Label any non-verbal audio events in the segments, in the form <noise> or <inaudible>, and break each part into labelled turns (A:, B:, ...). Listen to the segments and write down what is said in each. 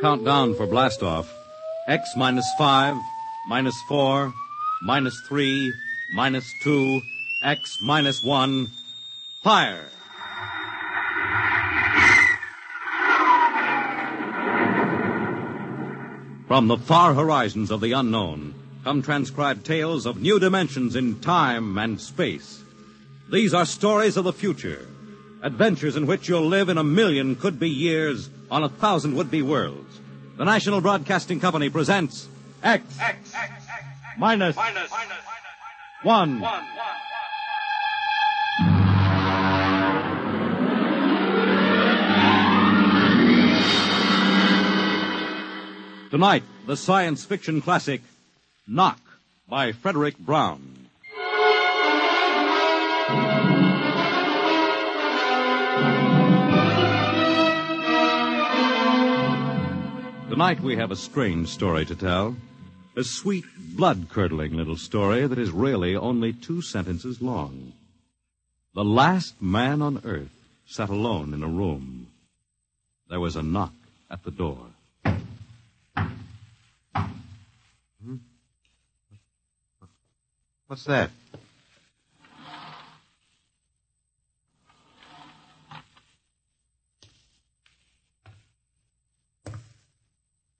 A: Countdown for blastoff. X minus five, minus four, minus three, minus two, X minus one. Fire! From the far horizons of the unknown come transcribed tales of new dimensions in time and space. These are stories of the future, adventures in which you'll live in a million could be years on a thousand would be worlds. The National Broadcasting Company presents X,
B: X, X, X, X,
A: minus
B: minus minus
A: one.
B: one, one.
A: Tonight, the science fiction classic Knock by Frederick Brown. Tonight we have a strange story to tell. A sweet, blood-curdling little story that is really only two sentences long. The last man on earth sat alone in a room. There was a knock at the door.
C: What's that?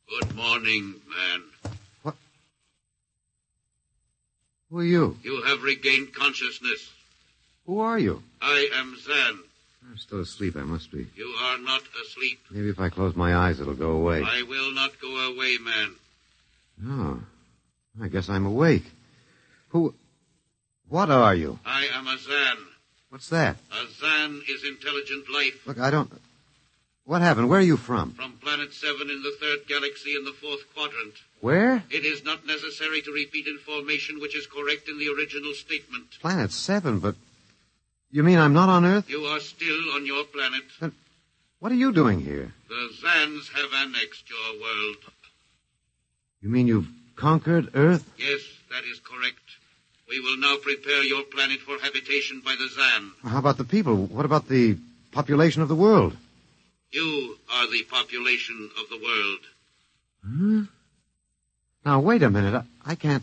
D: Good morning, man.
C: Who are you?
D: You have regained consciousness.
C: Who are you?
D: I am Zan.
C: I'm still asleep. I must be.
D: You are not asleep.
C: Maybe if I close my eyes, it'll go away.
D: I will not go away, man.
C: No. Oh, I guess I'm awake. Who? What are you?
D: I am a Zan.
C: What's that?
D: A Zan is intelligent life
C: Look, I don't. What happened? Where are you from?
D: from planet 7 in the third galaxy in the fourth quadrant.
C: Where?
D: It is not necessary to repeat information which is correct in the original statement.
C: Planet Seven, but. You mean I'm not on Earth?
D: You are still on your planet.
C: What are you doing here?
D: The Zans have annexed your world.
C: You mean you've conquered Earth?
D: Yes, that is correct. We will now prepare your planet for habitation by the Zan.
C: How about the people? What about the population of the world?
D: You are the population of the world.
C: Now, wait a minute. I, I can't.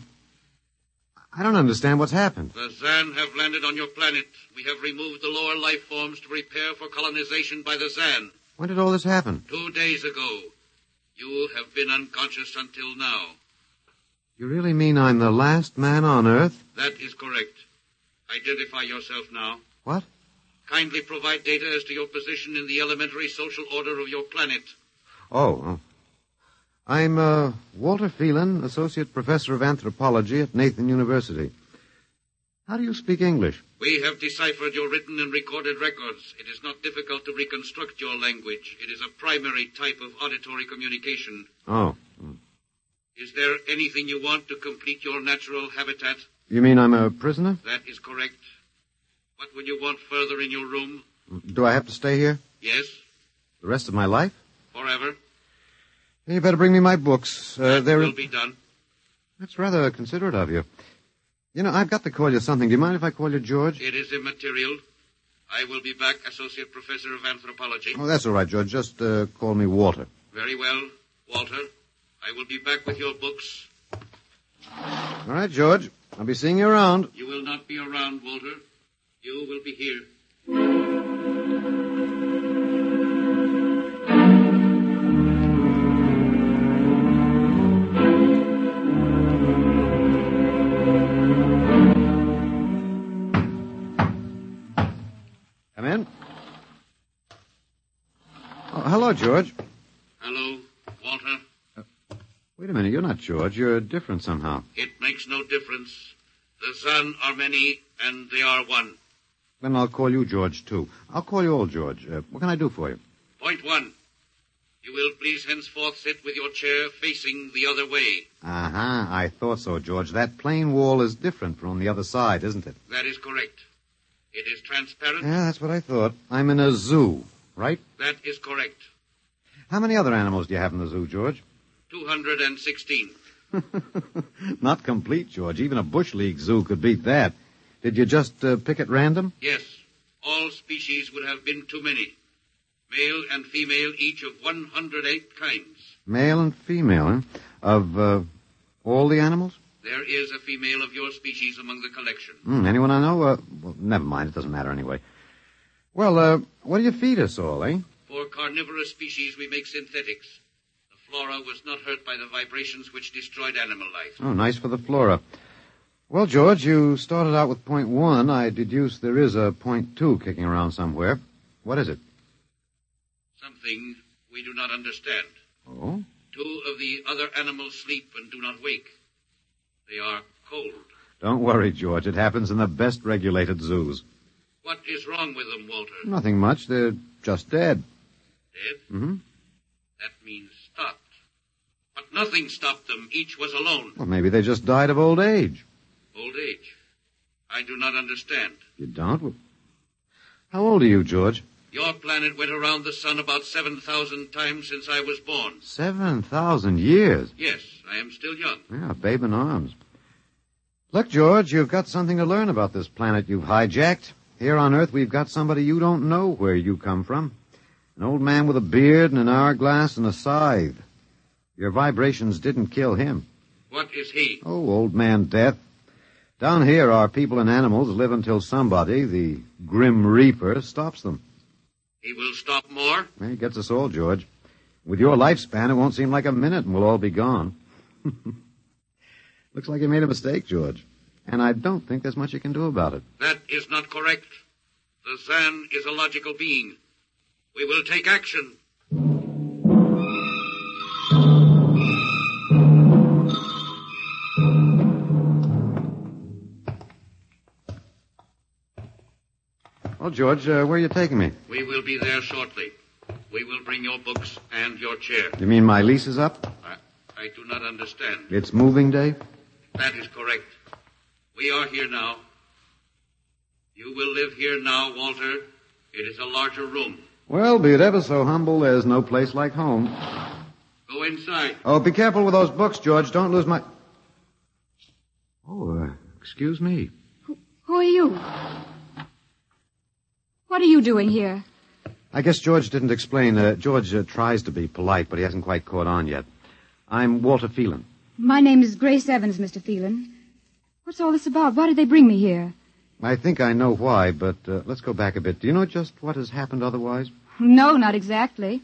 C: I don't understand what's happened.
D: The Zan have landed on your planet. We have removed the lower life forms to prepare for colonization by the Zan.
C: When did all this happen?
D: Two days ago. You have been unconscious until now.
C: You really mean I'm the last man on Earth?
D: That is correct. Identify yourself now.
C: What?
D: Kindly provide data as to your position in the elementary social order of your planet.
C: Oh. oh. I'm uh, Walter Phelan, Associate Professor of Anthropology at Nathan University. How do you speak English?
D: We have deciphered your written and recorded records. It is not difficult to reconstruct your language. It is a primary type of auditory communication.
C: Oh.
D: Is there anything you want to complete your natural habitat?
C: You mean I'm a prisoner?
D: That is correct. What would you want further in your room?
C: Do I have to stay here
D: Yes,
C: the rest of my life?
D: forever.
C: Then you better bring me my books. Uh,
D: that
C: they're-
D: will be done.
C: That's rather considerate of you. You know, I've got to call you something. Do you mind if I call you George?
D: It is immaterial. I will be back, Associate Professor of Anthropology.
C: Oh, that's all right, George. Just uh, call me Walter.
D: Very well, Walter. I will be back with your books.
C: All right, George. I'll be seeing you around.
D: You will not be around, Walter. You will be here.
C: Come in. Oh, hello, George.
D: Hello, Walter.
C: Wait a minute. You're not George. You're different somehow.
D: It makes no difference. The Zan are many, and they are one.
C: Then I'll call you George, too. I'll call you old George. Uh, what can I do for you?
D: Point one. You will please henceforth sit with your chair facing the other way.
C: Uh huh. I thought so, George. That plain wall is different from on the other side, isn't it?
D: That is correct. It is transparent.
C: Yeah, that's what I thought. I'm in a zoo, right?
D: That is correct.
C: How many other animals do you have in the zoo, George? <laughs>
D: 216.
C: not complete, George. Even a bush league zoo could beat that. Did you just uh, pick at random?
D: Yes, all species would have been too many. Male and female, each of 108 kinds.
A: Male and female, huh? Of uh, all the animals?
D: There is a female of your species among the collection.
A: Hmm, anyone I know? Uh, well, never mind. It doesn't matter anyway. Well, uh, what do you feed us all, eh?
D: For carnivorous species, we make synthetics. The flora was not hurt by the vibrations which destroyed animal life.
A: Oh, nice for the flora. Well, George, you started out with point one. I deduce there is a point two kicking around somewhere. What is it?
D: Something we do not understand.
A: Oh?
D: Two of the other animals sleep and do not wake. They are cold.
A: Don't worry, George. It happens in the best regulated zoos.
D: What is wrong with them, Walter?
A: Nothing much. They're just dead.
D: Dead?
A: Mm-hmm.
D: That means stopped. But nothing stopped them. Each was alone.
A: Well, maybe they just died of old age.
D: Old age. I do not understand.
A: You don't? Well, How old are you, George?
D: Your planet went around the sun about 7,000 times since I was born.
A: Seven thousand years.
D: Yes, I am still young.
A: Yeah, babe in arms. Look, George, you've got something to learn about this planet you've hijacked. Here on Earth, we've got somebody you don't know where you come from. An old man with a beard and an hourglass and a scythe. Your vibrations didn't kill him.
D: What is he?
A: Oh, old man death. Down here, our people and animals live until somebody, the Grim Reaper, stops them.
D: He will stop more?
A: He gets us all, George. With your lifespan, it won't seem like a minute and we'll all be gone. <laughs> Looks like you made a mistake, George. And I don't think there's much you can do about it.
D: That is not correct. The Zan is a logical being. We will take action.
A: Well, George, uh, where are you taking me?
D: We will be there shortly. We will bring your books and your chair.
A: You mean my lease is up?
D: I, I do not understand.
A: It's moving day?
D: That is correct. We are here now. You will live here now, Walter. It is a larger room.
A: Well, be it ever so humble, there's no place like home.
D: Go inside.
A: Oh, be careful with those books, George. Don't lose my. Oh, uh, excuse me.
B: Who are you? What are you doing here?
A: I guess George didn't explain. Uh, George uh, tries to be polite, but he hasn't quite caught on yet. I'm Walter Phelan.
B: My name is Grace Evans, Mr. Phelan. What's all this about? Why did they bring me here?
A: I think I know why, but uh, let's go back a bit. Do you know just what has happened otherwise?
B: No, not exactly.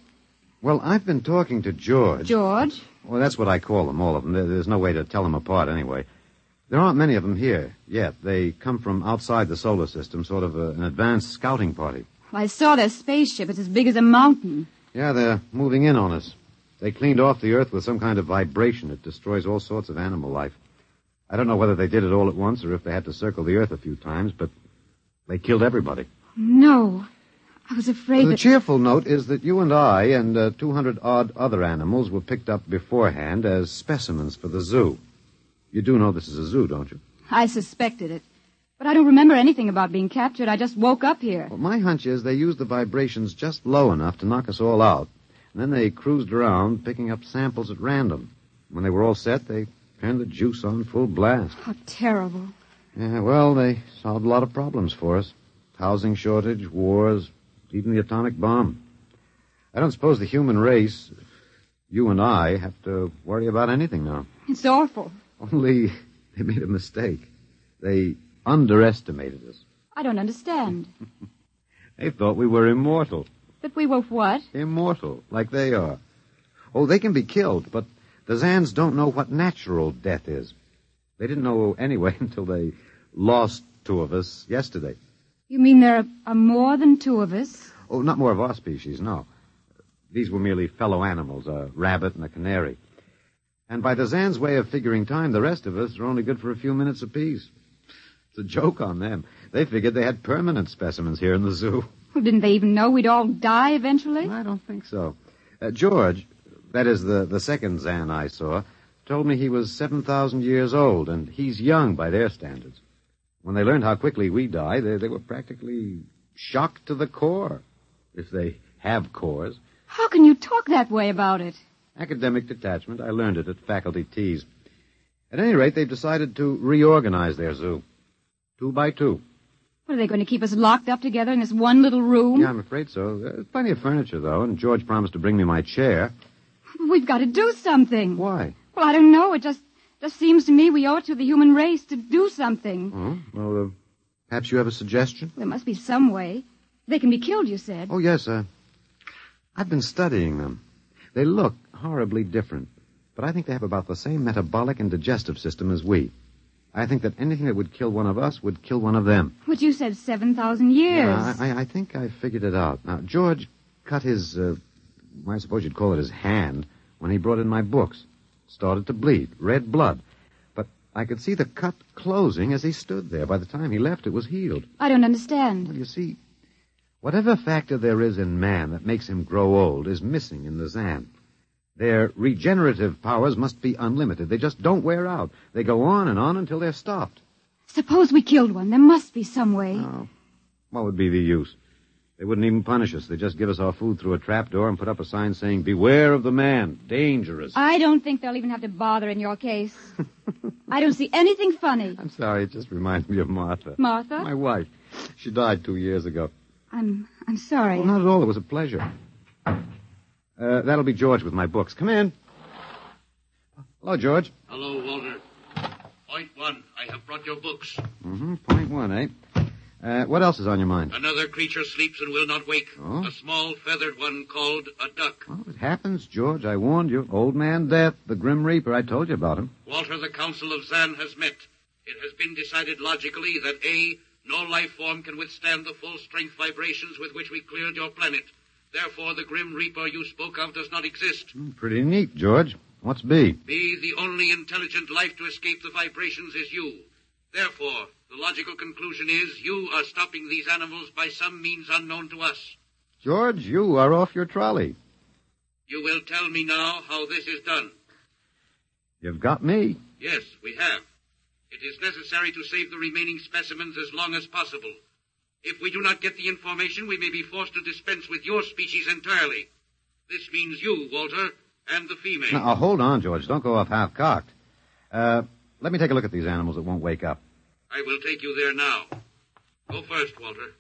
A: Well, I've been talking to George.
B: George?
A: Well, that's what I call them, all of them. There- There's no way to tell them apart anyway. There aren't many of them here yet. They come from outside the solar system, sort of a, an advanced scouting party.
B: I saw their spaceship. It's as big as a mountain.
A: Yeah, they're moving in on us. They cleaned off the Earth with some kind of vibration. It destroys all sorts of animal life. I don't know whether they did it all at once or if they had to circle the Earth a few times, but they killed everybody.
B: No. I was afraid
A: The
B: that...
A: cheerful note is that you and I and uh, 200 odd other animals were picked up beforehand as specimens for the zoo. You do know this is a zoo, don't you?
B: I suspected it. But I don't remember anything about being captured. I just woke up here.
A: Well, my hunch is they used the vibrations just low enough to knock us all out. And then they cruised around picking up samples at random. When they were all set, they turned the juice on full blast.
B: How terrible.
A: Yeah, well, they solved a lot of problems for us. Housing shortage, wars, even the atomic bomb. I don't suppose the human race, you and I, have to worry about anything now. <laughs>
B: It's awful.
A: Only they made a mistake. They underestimated us.
B: I don't understand.
A: They thought we were immortal.
B: That we were what?
A: immortal, like they are. Oh, they can be killed, but the Zans don't know what natural death is. They didn't know <laughs> anyway until they lost two of us yesterday.
B: You mean there are, are more than two of us?
A: Oh, not more of our species, no. These were merely fellow animals, a rabbit and a canary. And by the Zans' way of figuring time, the rest of us are only good for a few minutes apiece. It's a joke on them. They figured they had permanent specimens here in the zoo.
B: Well, didn't they even know we'd all die eventually?
A: I don't think so. Uh, George, that is the, the second Zan I saw, told me he was 7,000 years old, and he's young by their standards. When they learned how quickly we die, they, they were practically shocked to the core, if they have cores.
B: How can you talk that way about it?
A: Academic detachment, I learned it at faculty teas. At any rate, they've decided to reorganize their zoo. Two by two.
B: What, are they going to keep us locked up together in this one little room?
C: Uh,
A: Yeah, I'm afraid so. There's plenty of furniture, though, and George promised to bring me my chair.
B: We've got to do something.
C: Why?
B: Well, I don't know. It just just seems to me we owe it to the human race to do something.
C: Hmm? Well, uh, perhaps you have a suggestion?
B: There must be some way. They can be killed, you said.
C: Oh, yes, uh, I've been studying them. They look horribly different, but I think they have about the same metabolic and digestive system as we. I think that anything that would kill one of us would kill one of them.
B: But you said 7,000 years.
C: Yeah, I, I- I think I figured it out. Now, George cut his, uh, I suppose you'd call it his hand, when he brought in my books. Started to bleed, red blood. But I could see the cut closing as he stood there. By the time he left, it was healed.
B: I don't understand.
C: Well, you see, whatever factor there is in man that makes him grow old is missing in the Zan. Their regenerative powers must be unlimited. They just don't wear out. They go on and on until they're stopped.
B: Suppose we killed one. There must be some way.
C: Oh, what would be the use? They wouldn't even punish us. They'd just give us our food through a trap door and put up a sign saying, Beware of the man. Dangerous.
B: I don't think they'll even have to bother in
C: <laughs>
B: your case. I don't see anything funny.
C: I'm sorry, it just reminds me of Martha.
B: Martha?
C: My wife. She died two years ago.
B: I'm I'm sorry.
C: Well, not at all. It was a pleasure. Uh, that'll be George with my books. Come in. Hello, George.
D: Hello, Walter. Point one, I have brought your books.
C: Mm-hmm. Point one, eh? Uh, what else is on your mind?
D: Another creature sleeps and will not wake.
C: Oh.
D: A small feathered one called a duck.
C: Well, it happens, George. I warned you. Old Man Death, the Grim Reaper. I told you about him.
D: Walter, the Council of Zan has met. It has been decided logically that A, no life form can withstand the full strength vibrations with which we cleared your planet. Therefore, the Grim Reaper you spoke of does not exist.
C: Hmm, Pretty neat, George. What's B?
D: B, the only intelligent life to escape the vibrations is you. Therefore, the logical conclusion is you are stopping these animals by some means unknown to us.
C: George, you are off your trolley.
D: You will tell me now how this is done.
C: You've got me.
D: Yes, we have. It is necessary to save the remaining specimens as long as possible. If we do not get the information, we may be forced to dispense with your species entirely. This means you, Walter, and the female.
C: Now, uh, hold on, George. Don't go off half-cocked. Uh, let me take a look at these animals that won't wake up.
D: I will take you there now. Go first, Walter.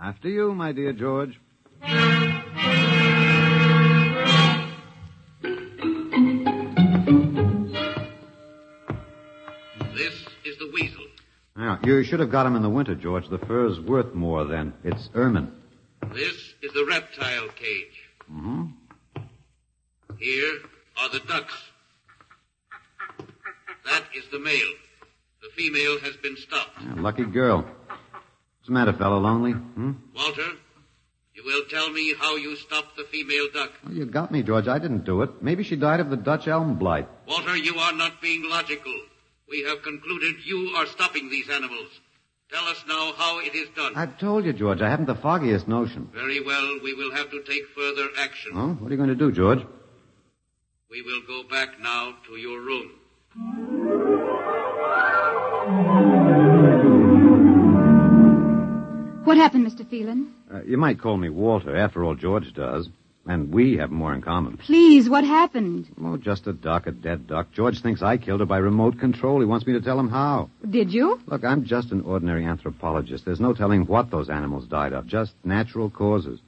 C: After you, my dear George.
D: This is the weasel.
C: Now, you should have got him in the winter, George. The fur's worth more than it's ermine.
D: This is the reptile cage. Mm-hmm. Here are the ducks. That is the male. The female has been stopped.
C: Yeah, lucky girl. What's the matter, fella? Lonely? Hmm?
D: Walter, you will tell me how you stopped the female duck.
C: Well, you got me, George. I didn't do it. Maybe she died of the Dutch elm blight.
D: Walter, you are not being logical. We have concluded you are stopping these animals. Tell us now how it is done.
C: I've told you, George. I haven't the foggiest notion.
D: Very well, we will have to take further action.
C: Well, what are you going to do, George?
D: We will go back now to your room.
B: What happened, Mr. Phelan?
C: Uh, you might call me Walter. After all, George does. And we have more in common.
B: Please, what happened?
C: Oh, just a duck, a dead duck. George thinks I killed her by remote control. He wants me to tell him how.
B: Did you?
C: Look, I'm just an ordinary anthropologist. There's no telling what those animals died of, just natural causes.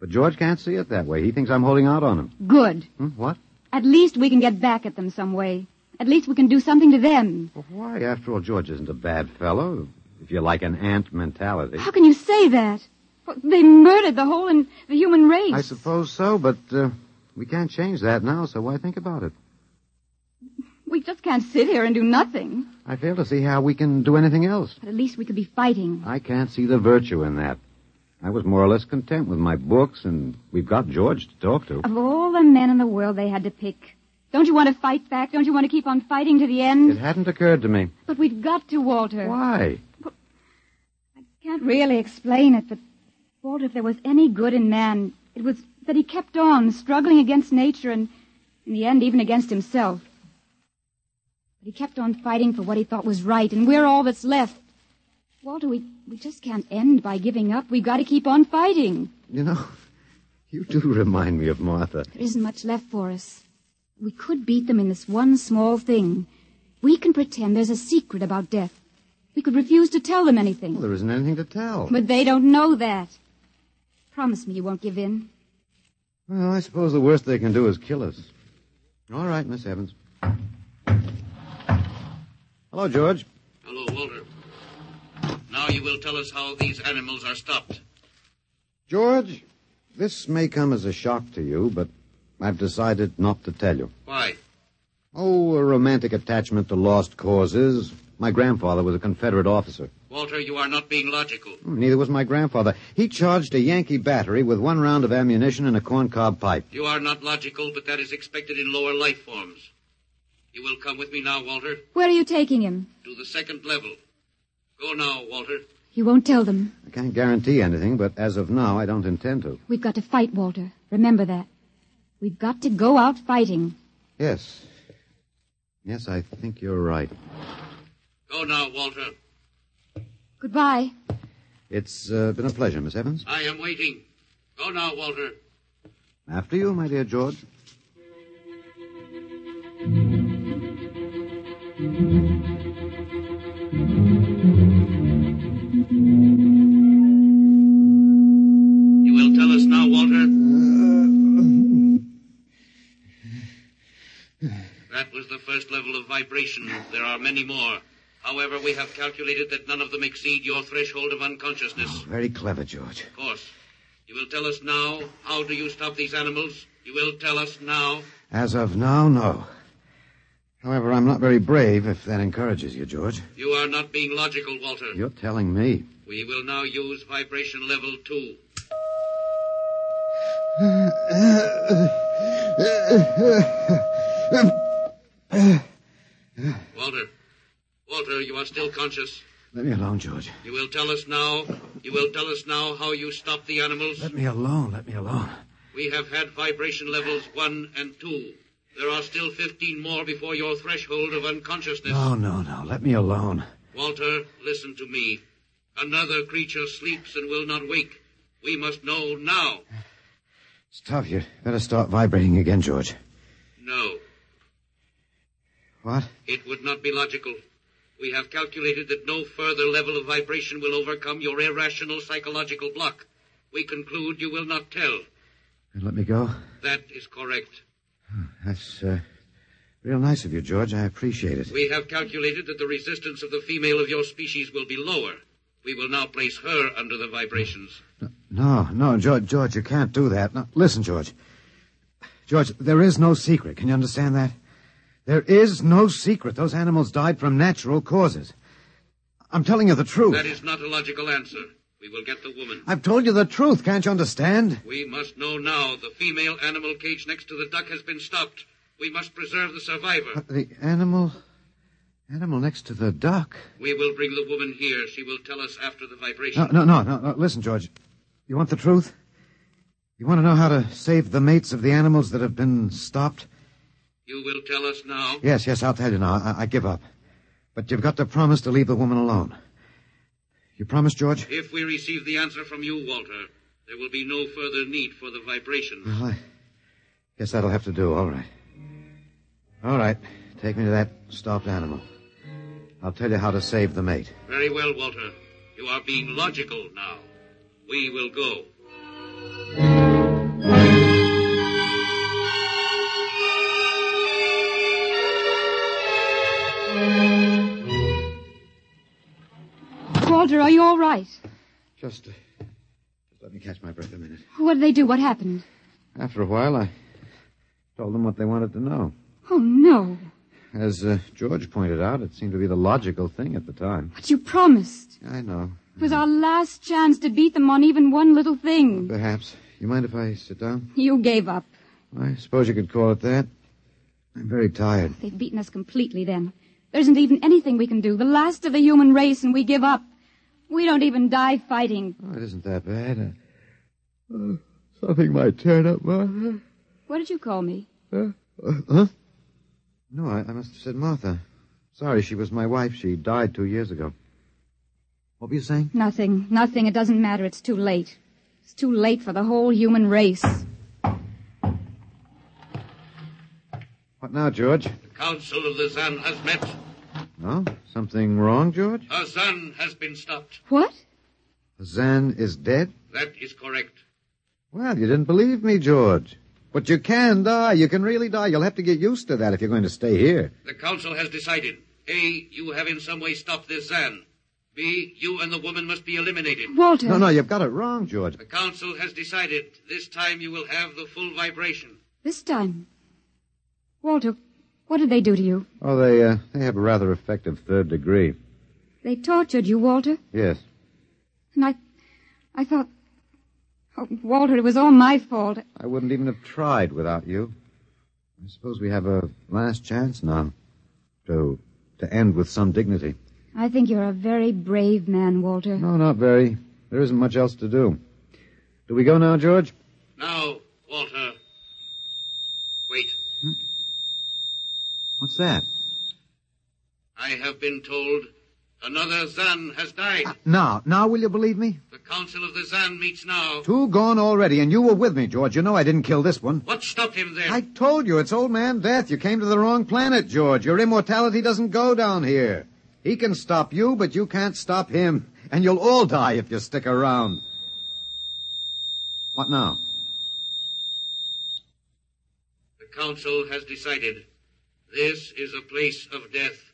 C: But George can't see it that way. He thinks I'm holding out on him.
B: Good.
C: Hmm? What?
B: At least we can get back at them some way. At least we can do something to them.
C: Well, why? After all, George isn't a bad fellow. If you like an ant mentality.
B: How can you say that? Well, they murdered the whole in, the human race.
C: I suppose so, but uh, we can't change that now, so why think about it?
B: We just can't sit here and do nothing.
C: I fail to see how we can do anything else.
B: But at least we could be fighting.
C: I can't see the virtue in that. I was more or less content with my books, and we've got George to talk to.
B: Of all the men in the world they had to pick, don't you want to fight back? Don't you want to keep on fighting to the end?
C: It hadn't occurred to me.
B: But we've got to, Walter.
C: Why?
B: Can't really explain it, but Walter, if there was any good in man, it was that he kept on struggling against nature and, in the end, even against himself. But he kept on fighting for what he thought was right, and we're all that's left. Walter, we, we just can't end by giving up. We've got to keep on fighting.
C: You know, <laughs> you do remind me of Martha.
B: There isn't much left for us. We could beat them in this one small thing. We can pretend there's a secret about death. We could refuse to tell them anything.
C: Well, there isn't anything to tell.
B: But they don't know that. Promise me you won't give in.
C: Well, I suppose the worst they can do is kill us. All right, Miss Evans. Hello, George.
D: Hello, Walter. Now you will tell us how these animals are stopped.
C: George, this may come as a shock to you, but I've decided not to tell you.
D: Why?
C: Oh, a romantic attachment to lost causes. My grandfather was a Confederate officer. Hmm,
D: Walter, you are not being logical.
C: Neither was my grandfather. He charged a Yankee battery with one round of ammunition and a corncob pipe.
D: You are not logical, but that is expected in lower life forms. You will come with me now, Walter,
B: Where are you taking him?
D: to the second level. Go now, Walter.
B: You won't tell them.
C: I can't guarantee anything, but as of now, I don't intend to.
B: We've got to fight, Walter. Remember that. We've got to go out fighting.
C: Yes. Yes, I think you're right.
D: Go now, Walter.
B: Goodbye.
C: It's uh, been a pleasure, Miss Evans.
D: I am waiting. Go now, Walter.
C: After you, my dear George.
D: You will tell us now, Walter. That was the first level of vibration. There are many more. However, we have calculated that none of them exceed your threshold of unconsciousness.
C: Very clever, George.
D: Of course. You will tell us now how do you stop these animals? You will tell us now.
C: As of now, no. However, I'm not very brave, if that encourages you, George.
D: You are not being logical, Walter.
C: You're telling me.
D: We will now use vibration level two. Walter, Walter, you are still conscious.
C: Let me alone, George.
D: You will tell us now. You will tell us now how you stop the animals.
C: Let me alone. Let me alone.
D: We have had vibration levels one and two. There are still 15 more before your threshold of unconsciousness.
C: No, no, no. Let me alone.
D: Walter, listen to me. Another creature sleeps and will not wake. We must know now.
C: It's tough. You'd better start vibrating again, George.
D: No,
C: What?
D: it would not be logical. We have calculated that no further level of vibration will overcome your irrational psychological block. We conclude you will not tell.
C: And let me go?
D: That is correct.
C: That's uh, real nice of you, George. I appreciate it.
D: We have calculated that the resistance of the female of your species will be lower. We will now place her under the vibrations.
C: No, no, George, George, you can't do that. No, listen, George. George, there is no secret. Can you understand that? There is no secret. Those animals died from natural causes. I'm telling you the truth.
D: That is not a logical answer. We will get the woman.
C: I've told you the truth. Can't you understand?
D: We must know now. The female animal cage next to the duck has been stopped. We must preserve the survivor.
C: But the animal, animal next to the duck.
D: We will bring the woman here. She will tell us after the
C: No,
D: vibration.
C: no, no, no, no. Listen, George. You want the truth? You want to know how to save the mates of the animals that have been stopped?
D: You will tell us now.
C: Yes, yes, I'll tell you now. I, I give up. But you've got to promise to leave the woman alone. You promise, George?
D: If we receive the answer from you, Walter, there will be no further need for the vibrations.
C: Well, I guess that'll have to do. All right. All right. Take me to that stopped animal. I'll tell you how to save the mate.
D: Very well, Walter. You are being logical now. We will go.
B: Walter, are you all right?
C: Just, uh, just let me catch my breath a minute.
B: What did they do? What happened?
C: After a while, I told them what they wanted to know.
B: Oh, no.
C: As uh, George pointed out, it seemed to be the logical thing at the time.
B: But you promised.
C: I know.
B: It was our last chance to beat them on even one little thing.
C: Perhaps. You mind if I sit down?
B: You gave up.
C: I suppose you could call it that. I'm very tired.
B: They've beaten us completely then. There isn't even anything we can do. The last of the human race, and we give up. We don't even die fighting.
C: Oh, it isn't that bad. Uh, uh, something might turn up Martha.
B: What did you call me?
C: Uh, uh, huh? No, I, I must have said Martha. Sorry, she was my wife. She died two years ago. What were you saying?
B: Nothing. Nothing. It doesn't matter. It's too late. It's too late for the whole human race.
C: What now, George?
D: The Council of the Zan has met.
C: No? Something wrong, George?
D: Our Zan has been stopped.
B: What?
C: Zan is dead?
D: That is correct.
C: Well, you didn't believe me, George. But you can die. You can really die. You'll have to get used to that if you're going to stay here.
D: The council has decided. A, you have in some way stopped this Zan. B, you and the woman must be eliminated.
B: Walter.
C: No, no, you've got it wrong, George.
D: The council has decided. This time you will have the full vibration.
B: This time. Walter, what did they do to you?
C: Oh, they uh, they have a rather effective third degree.
B: They tortured you, Walter.
C: Yes.
B: And I, I thought, oh, Walter, it was all my fault.
C: I wouldn't even have tried without you. I suppose we have a last chance now to to end with some dignity.
B: I think you're a very brave man, Walter.
C: No, not very. There isn't much else to do. Do we go now, George?
D: Now, Walter. Wait.
C: What's that?
D: I have been told another Zan has died.
C: Now, now, will you believe me?
D: The council of the Zan meets now.
C: Two gone already, and you were with me, George. You know I didn't kill this one.
D: What stopped him then?
C: I told you it's old man death. You came to the wrong planet, George. Your immortality doesn't go down here. He can stop you, but you can't stop him. And you'll all die if you stick around. What now?
D: The council has decided. This is a place of death.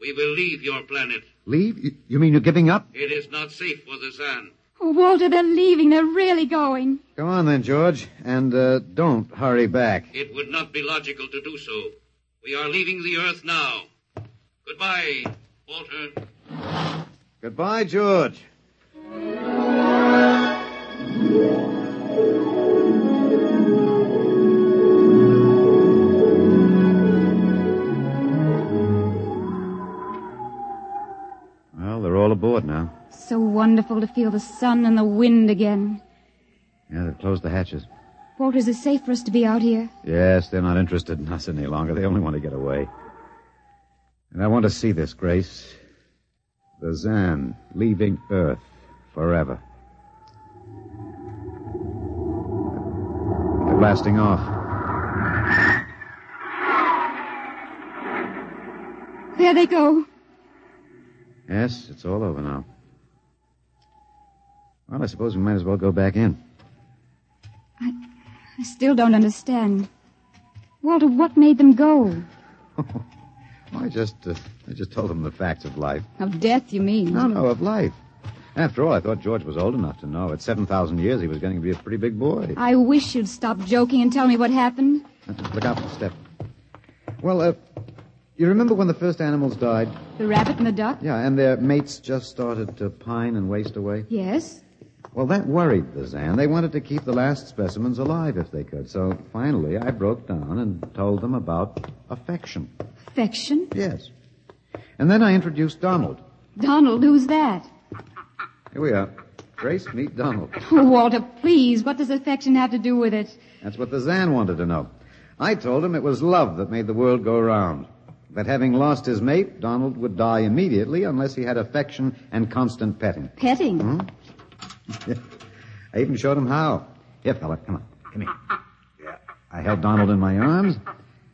D: We will leave your planet.
C: Leave? You- You mean you're giving up?
D: It is not safe for the Zan.
B: Oh, Walter, they're leaving. They're really going.
C: Come on then, George, and uh, don't hurry back.
D: It would not be logical to do so. We are leaving the Earth now. Goodbye, Walter.
C: Goodbye, George. Well, they're all aboard now.
B: So wonderful to feel the sun and the wind again.
C: Yeah, they've closed the hatches.
B: Walter, is it safe for us to be out here?
C: Yes, they're not interested in us any longer. They only want to get away. And I want to see this, Grace. The Zan leaving Earth forever. They're blasting off.
B: There they go.
C: Yes, it's all over now. Well, I suppose we might as well go back in. <laughs>
B: I still don't understand. Walter, what made them go?
C: I just, uh, I just told them the facts of life.
B: Of death, you mean?
C: No, no, of life. After all, I thought George was old enough to know. At 7,000 years, he was going to be a pretty big boy.
B: I wish you'd stop joking and tell me what happened.
C: Look out for the step. Well, uh, you remember when the first animals died?
B: The rabbit and the duck?
C: Yeah, and their mates just started to pine and waste away?
B: Yes.
C: Well, that worried the Zan. They wanted to keep the last specimens alive if they could. So finally, I broke down and told them about affection.
B: Affection?
C: Yes. And then I introduced Donald.
B: Donald, who's that?
C: Here we are. Grace, meet Donald.
B: Oh, Walter, please, what does affection have to do with it?
C: That's what the Zan wanted to know. I told him it was love that made the world go round. That having lost his mate, Donald would die immediately unless he had affection and constant petting.
B: Petting.
C: I even showed him how. Here, fella, come on. Come here. I held Donald in my arms,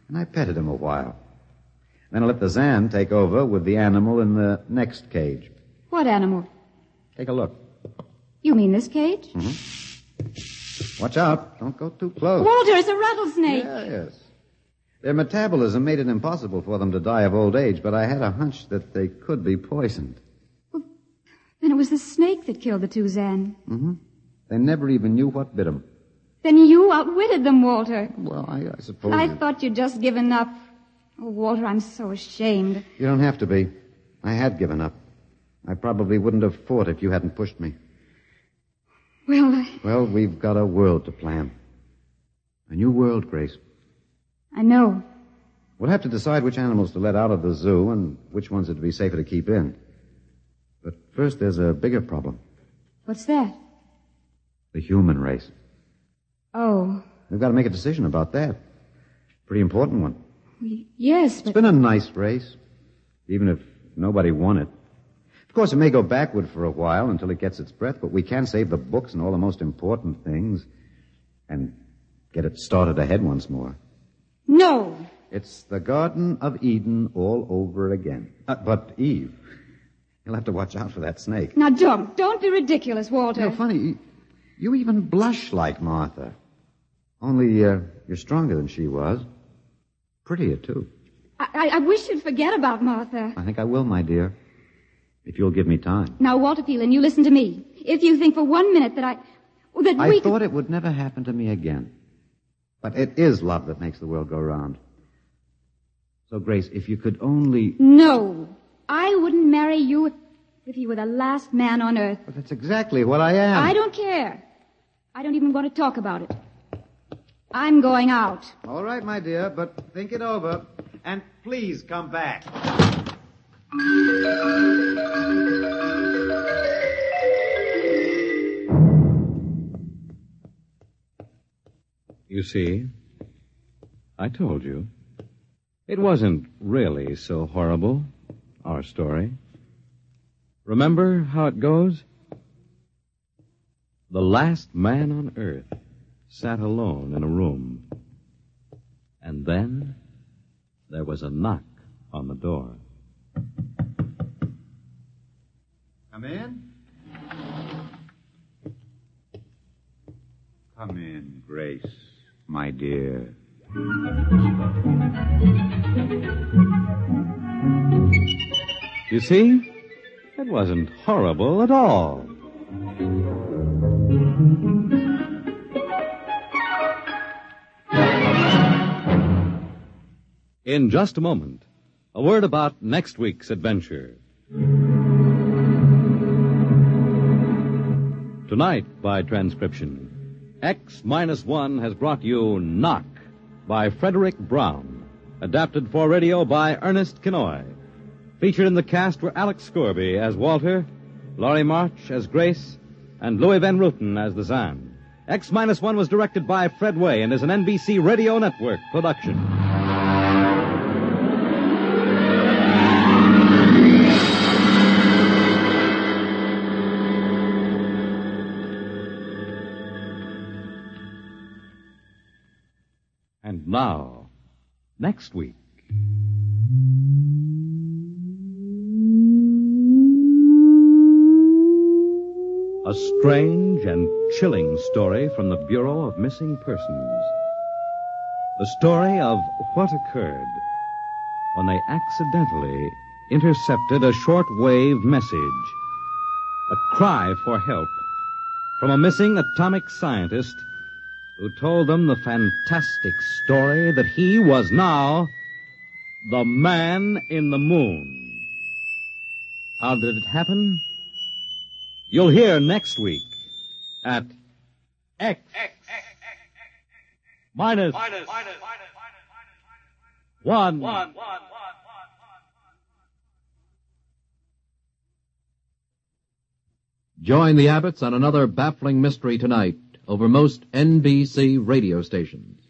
C: and I petted him a while. Then I let the Zan take over with the animal in the next cage.
B: What animal?
C: Take a look.
B: You mean this cage?
C: Watch out. Don't go too close.
B: Walter, it's a rattlesnake.
C: Yes. Their metabolism made it impossible for them to die of old age, but I had a hunch that they could be poisoned.
B: Then it was the snake that killed the two Zan.
C: They never even knew what bit 'em.
B: Then you outwitted them, Walter.
C: Well, I, I suppose.
B: I
C: you-
B: thought you'd just given up. Oh, Walter, I'm so ashamed.
C: You don't have to be. I had given up. I probably wouldn't have fought if you hadn't pushed me.
B: Well, I,
C: Well, we've got a world to plan. A new world, Grace.
B: I know.
C: We'll have to decide which animals to let out of the zoo and which ones it'd be safer to keep in. But first, there's a bigger problem.
B: What's that?
C: The human race.
B: Oh,
C: We've got to make a decision about that. Pretty important one.
B: y- yes,
C: It's
B: but
C: been a nice race, even if nobody won it. Of course, it may go backward for a while until it gets its breath, but we can save the books and all the most important things and get it started ahead once more.
B: no.
C: It's the Garden of Eden all over again. Uh, but Eve, you'll have to watch out for that snake.
B: Now don't, don't be ridiculous, Walter.
C: You know, funny, you even blush like Martha. Only uh, you're stronger than she was. Prettier, too.
B: I, I, I wish you'd forget about Martha.
C: I think I will, my dear. If you'll give me time.
B: Now, Walter Phelan, you listen to me. If you think for one minute that I, well, that
C: I
B: we,
C: thought it would never happen to me again. But it is love that makes the world go round. So, Grace, if you could only.
B: no, I wouldn't marry you if, if you were the last man on earth.
C: But that's exactly what I am.
B: I don't care. I don't even want to talk about it. I'm going out.
C: All right, my dear, but think it over. And please come back.
A: You see, I told you. It wasn't really so horrible, our story. Remember how it goes? The last man on earth sat alone in a room. And then there was a knock on the door.
C: Come in. Come in, Grace, my dear.
A: You see, it wasn't horrible at all. In just a moment, a word about next week's adventure. Tonight, by transcription, X minus one has brought you Knock by Frederick Brown, adapted for radio by Ernest Kinoy. Featured in the cast were Alex Scorby as Walter, Laurie March as Grace, and Louis Van Ruten as the Zan. X minus one was directed by Fred Way and is an NBC Radio Network production. And now, next week. A strange and chilling story from the Bureau of Missing Persons. The story of what occurred when they accidentally intercepted a shortwave message, a cry for help from a missing atomic scientist who told them the fantastic story that he was now the man in the moon. How did it happen? You'll hear next week at X, minus one.
E: Join the Abbotts on another baffling mystery tonight over most NBC radio stations.